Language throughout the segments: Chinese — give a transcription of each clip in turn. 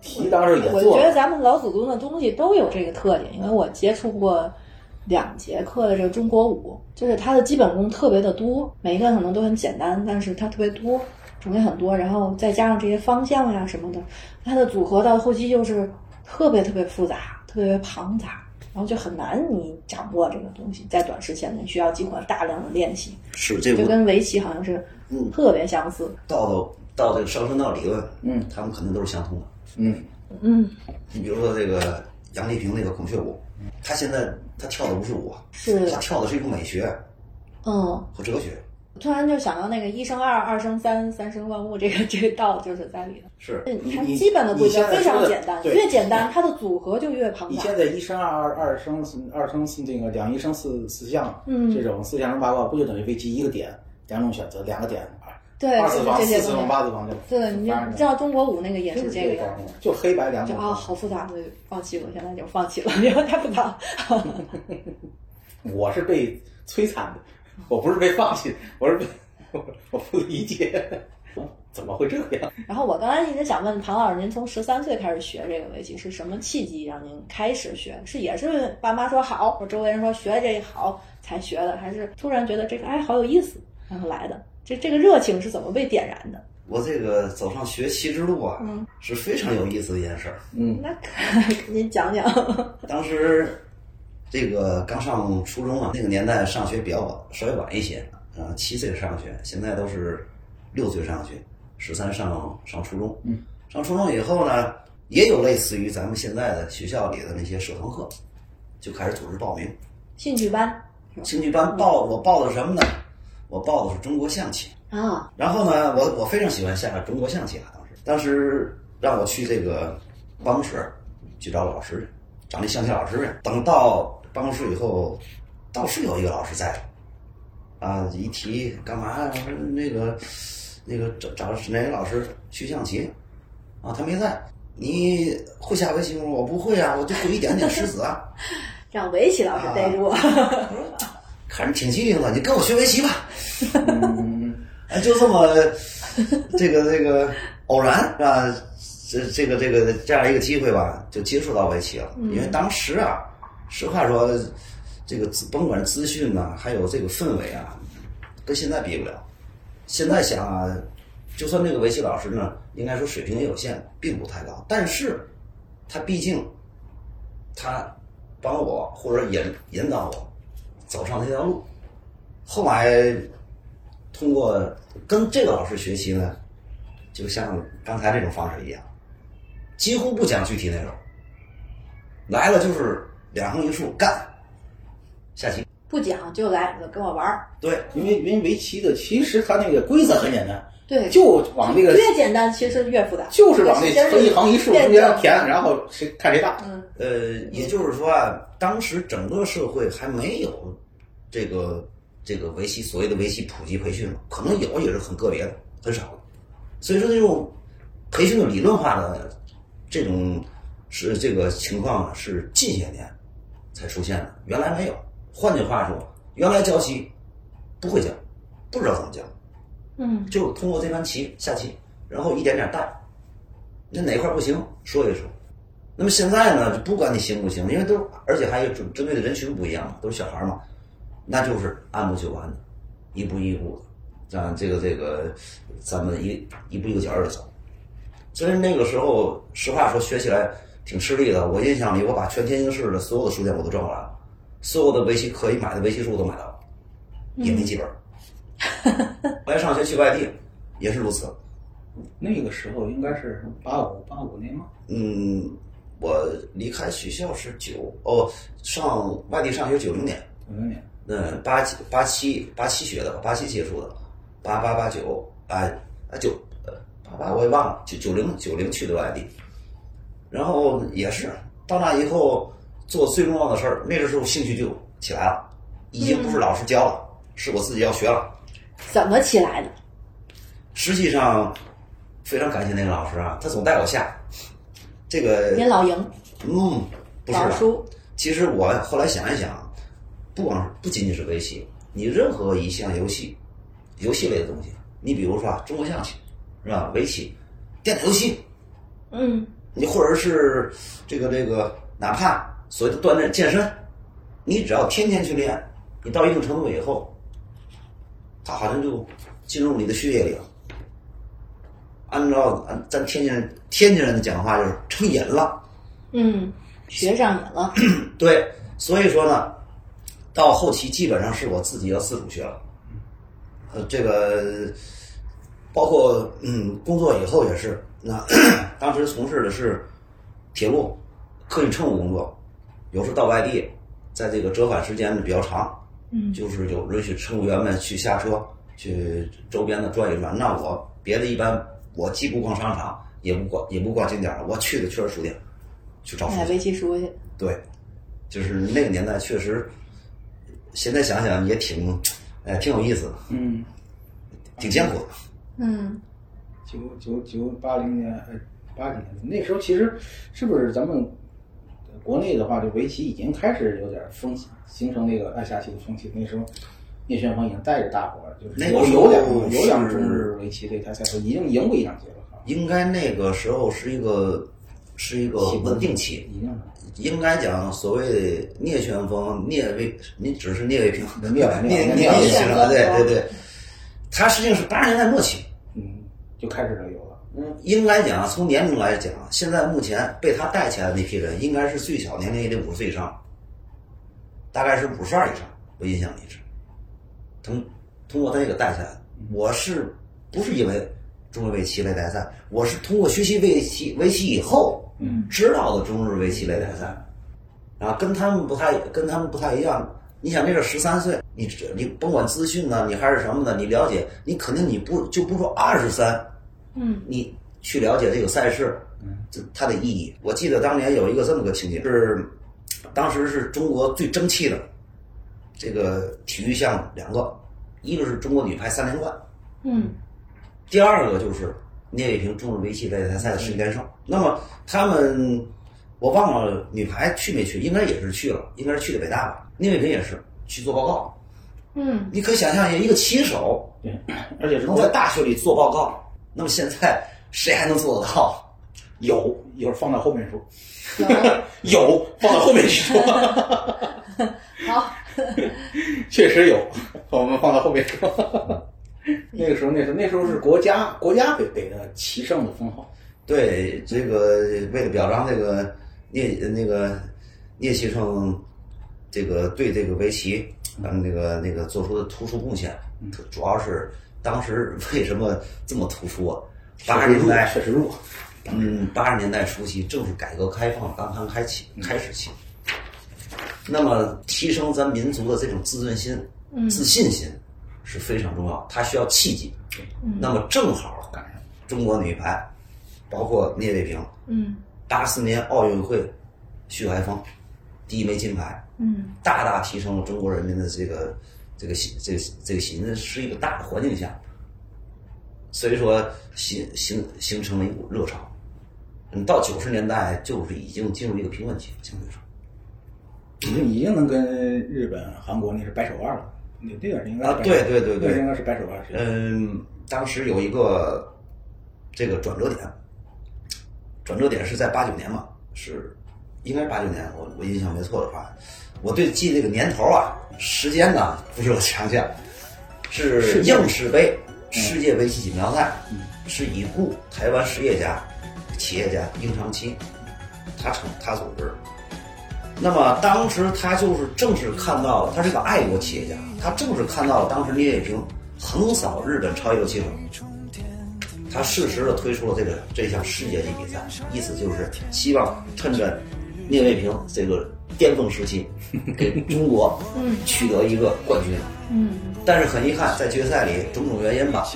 题当时也我做觉了，得咱们老祖宗的东西都有这个特点，因为我接触过两节课的这个中国舞，就是它的基本功特别的多，每一个可能都很简单，但是它特别多，种类很多，然后再加上这些方向呀、什么的，它的组合到后期就是特别特别复杂，特别庞杂。然后就很难你掌握这个东西，在短时间内需要经过大量的练习，是这就不跟围棋好像是嗯特别相似。道道道这个上升道理论，嗯他们肯定都是相通的。嗯，嗯，你比如说这个杨丽萍那个孔雀舞，她现在她跳的不是舞，啊是她跳的是一种美学嗯，和哲学。突然就想到那个一生二，二生三，三生万物，这个这个道就是在里头。嗯是它基本的规则非常简单，对越简单它的组合就越庞你杂。现在一生二二二生四二生四那个两一生四四项，嗯这种四象乘八卦不就等于危机一个点，两种选择，两个点，对，二就次是方、这四些次方、东西。八次方这种，对，你反正知道中国舞那个也就是这嗯这个个概样念子。，就黑白两就种。啊，好复杂，对，放弃了，现在就放弃了， 因为太复杂了。我是被摧残的，我不是被放弃，我是被我我不理解，怎么会这样？然后我刚才一直想问唐老师，您从十三岁开始学这个围棋是什么契机让您开始学？是也是爸妈说好，我周围人说学这好才学的，还是突然觉得这个哎好有意思然后来的？这这个热情是怎么被点燃的？我这个走上学习之路啊，嗯是非常有意思的一件事儿。嗯那可 您讲讲，当时这个刚上初中啊，那个年代上学比较晚，稍微晚一些，呃，七岁上学，现在都是六岁上学，十三上上初中。嗯，上初中以后呢，也有类似于咱们现在的学校里的那些社团课，就开始组织报名。兴趣班兴趣班报我报的是什么呢？我报的是中国象棋。啊，然后呢，我我非常喜欢下中国象棋啊，当时当时让我去这个办公室去找老师去，找那象棋老师去。等到办公室以后，倒是有一个老师在，啊，一提干嘛呀？我说那个那个找找哪个老师学象棋？啊，他没在。你会下围棋吗？我不会啊，我就会一点点石子啊。让围棋老师逮住我，啊看着挺机灵的，你跟我学围棋吧。嗯，哎，就这么这个这个偶然啊，这这个这个这样一个机会吧，就接触到围棋了。因为当时啊，实话说，这个资甭管是资讯呐、还有这个氛围啊，跟现在比不了。现在想啊，就算这个围棋老师呢，应该说水平也有限，并不太高，但是他毕竟他帮我或者引引导我走上这条路。后来通过跟这个老师学习呢，就像刚才这种方式一样，几乎不讲具体内容，来了就是两横一竖干下棋。 不讲就来跟我玩儿，对，因为因为围棋的其实它那个规则很简单，对，就往那个越简单其实越复杂，就是往那时间一横一竖变中间正填，然后谁看谁大。嗯呃，也就是说啊，当时整个社会还没有这个这个围棋所谓的围棋普及培训嘛，可能有也是很个别的，很少的。所以说这种培训的理论化的这种是这个情况啊是近些年才出现的，原来没有。换句话说，原来教棋不会教，不知道怎么教，嗯，就通过这盘棋下棋，然后一点点带。那哪块不行说一说。那么现在呢，就不管你行不行，因为都而且还有针针对的人群不一样嘛，都是小孩嘛，那就是按部就班的，一步一步的，啊，这个这个，咱们一一步一个脚印的走。虽然那个时候，实话说学起来挺吃力的，我印象里我把全天津市的所有的书店我都转完了，所有的围棋可以买的围棋书我都买到了，也没几本儿。后来上学去外地也是如此。那个时候应该是八五八五年吗？嗯，我离开学校是九哦，上外地上学九零年，九零年。嗯，八七八七八七学的吧，八七接触的，八八八九，哎哎九，呃八八我也忘了，就九零九零去的外地，然后也是到那以后做最重要的事儿，那个时候兴趣就起来了，已经不是老师教了，是我自己要学了。怎么起来的？实际上非常感谢那个老师啊，他总带我下，这个您老赢，嗯不是老的，输，其实我后来想一想，不光是不仅仅是围棋，你任何一项游戏，游戏类的东西，你比如说啊，中国象棋是吧？围棋、电子游戏，嗯，你或者是这个这个，哪怕所谓的锻炼健身，你只要天天去练，你到一定程度以后，它好像就进入你的血液里了。按照按咱天津人天津人的讲话，就是成瘾了。嗯，学上瘾了，对，所以说呢，到后期基本上是我自己要自主学了。呃，这个包括嗯，工作以后也是，那 当时从事的是铁路客运乘务工作，有时候到外地，在这个折返时间呢比较长，嗯就是有允许乘务员们去下车，去周边的转一转。那我别的一般，我既不逛商场，也不逛也不逛景点儿，我去的确实书店，去找书买去。围棋熟悉，对，就是那个年代确实，现在想想也挺，呃，挺有意思的，嗯，挺艰苦的。嗯，九九九八零年，呃，八几年，那时候其实是不是咱们呃国内的话，这围棋已经开始有点风气，形成那个爱下棋的风气。那时候聂玄芳已经带着大伙儿，就是那有个时有候两个有两是中日围棋对他赛会已经赢过一场节了啊，应该那个时候是一个是一个稳定期，已经应该讲所谓聂旋风、聂卫，你只是聂卫平、 聂聂聂聂卫平聂，对对对，他实际上是八十年代末期。嗯就开始有了。嗯，应该讲从年龄来讲，现在目前被他带起来的那批人，应该是最小年龄也得五十岁以上，大概是五十二以上，我印象里是。通通过他这个带起来的，我是不是因为中日围棋类大赛？我是通过学习围棋围棋以后，嗯，知道的中日围棋类大赛，啊，跟他们不太跟他们不太一样。你想，这个十三岁，你这你甭管资讯呢，你还是什么呢？你了解，你肯定你不就不说二十三，嗯，你去了解这个赛事，这它的意义。我记得当年有一个这么个情节，是当时是中国最争气的这个体育项目两个，一个是中国女排三连冠，嗯，第二个就是聂卫平中日围棋类大赛的十连胜。那么他们，我忘了女排去没去，应该也是去了，应该是去的北大吧。聂卫平也是去做报告。嗯，你可以想象一下，一个棋手对，而且是能在大学里做报告，那么现在谁还能做得到？有有放到后面说，有，有放到后面说， 好，确实有，我们放到后面说。那个时候那时候那时候是国家国家给给的棋圣的封号，对，这个为了表彰这个聂呃那个聂先生，这个对这个围棋，咱们这个那个做出的突出贡献，主主要是当时 为什么这么突出啊？八十年代确实弱，嗯，八十年代初期正是改革开放刚刚开启开始期，那么提升咱民族的这种自尊心、嗯自信心是非常重要，它需要契机。那么正好赶上中国女排，包括聂卫平，嗯八四年奥运会，徐海峰第一枚金牌，嗯大大提升了中国人民的这个这个信这个这个信心，是一个大的环境下，所以说形形形成了一股热潮。嗯，到九十年代就是已经进入一个平稳期了，相对说。已经已经能跟日本、韩国那是掰手腕了。那那段时间应该是啊掰手腕对对对那段时对间应该是掰手腕。是嗯，当时有一个这个转折点，转折点是在八九年嘛，是应该是八九年，我我印象没错的话，我对记这个年头啊，时间呢不是我强项，是应试杯世界围棋锦标赛，是已故台湾实业家、企业家应长期他成他组织。那么当时他就是正是看到了，他是个爱国企业家，他正是看到了当时聂卫平横扫日本超越棋手，他适时的推出了这个这项世界级比赛，意思就是希望趁着聂卫平这个巅峰时期，给中国取得一个冠军。嗯但是很遗憾，在决赛里种种原因吧，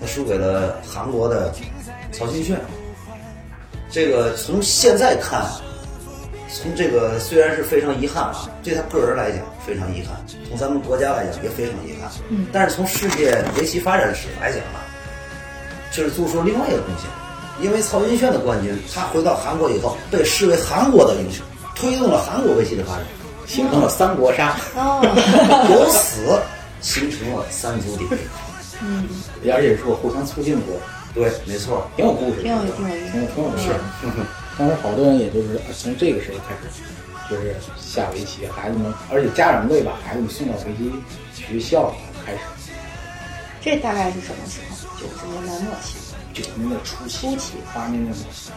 他输给了韩国的曹金炫。这个从现在看啊，从这个虽然是非常遗憾啊，对他个人来讲非常遗憾，从咱们国家来讲也非常遗憾。嗯但是从世界围棋发展史来讲啊，这是做出另外一个贡献，因为曹金炫的冠军，他回到韩国以后被视为韩国的英雄，推动了韩国围棋的发展。形成了三国杀。哦，由此形成了三足鼎立。嗯，而且是我互相促进过，对，没错，挺有故事的，挺有挺有意思挺有挺有故事的。 当时好多人也就是从这个时候开始，就是下围棋，孩子们，而且家长会把孩子们送到围棋学校开始，这大概是什么时候？九十年代末期，九十年代初期、初期八十年代末期，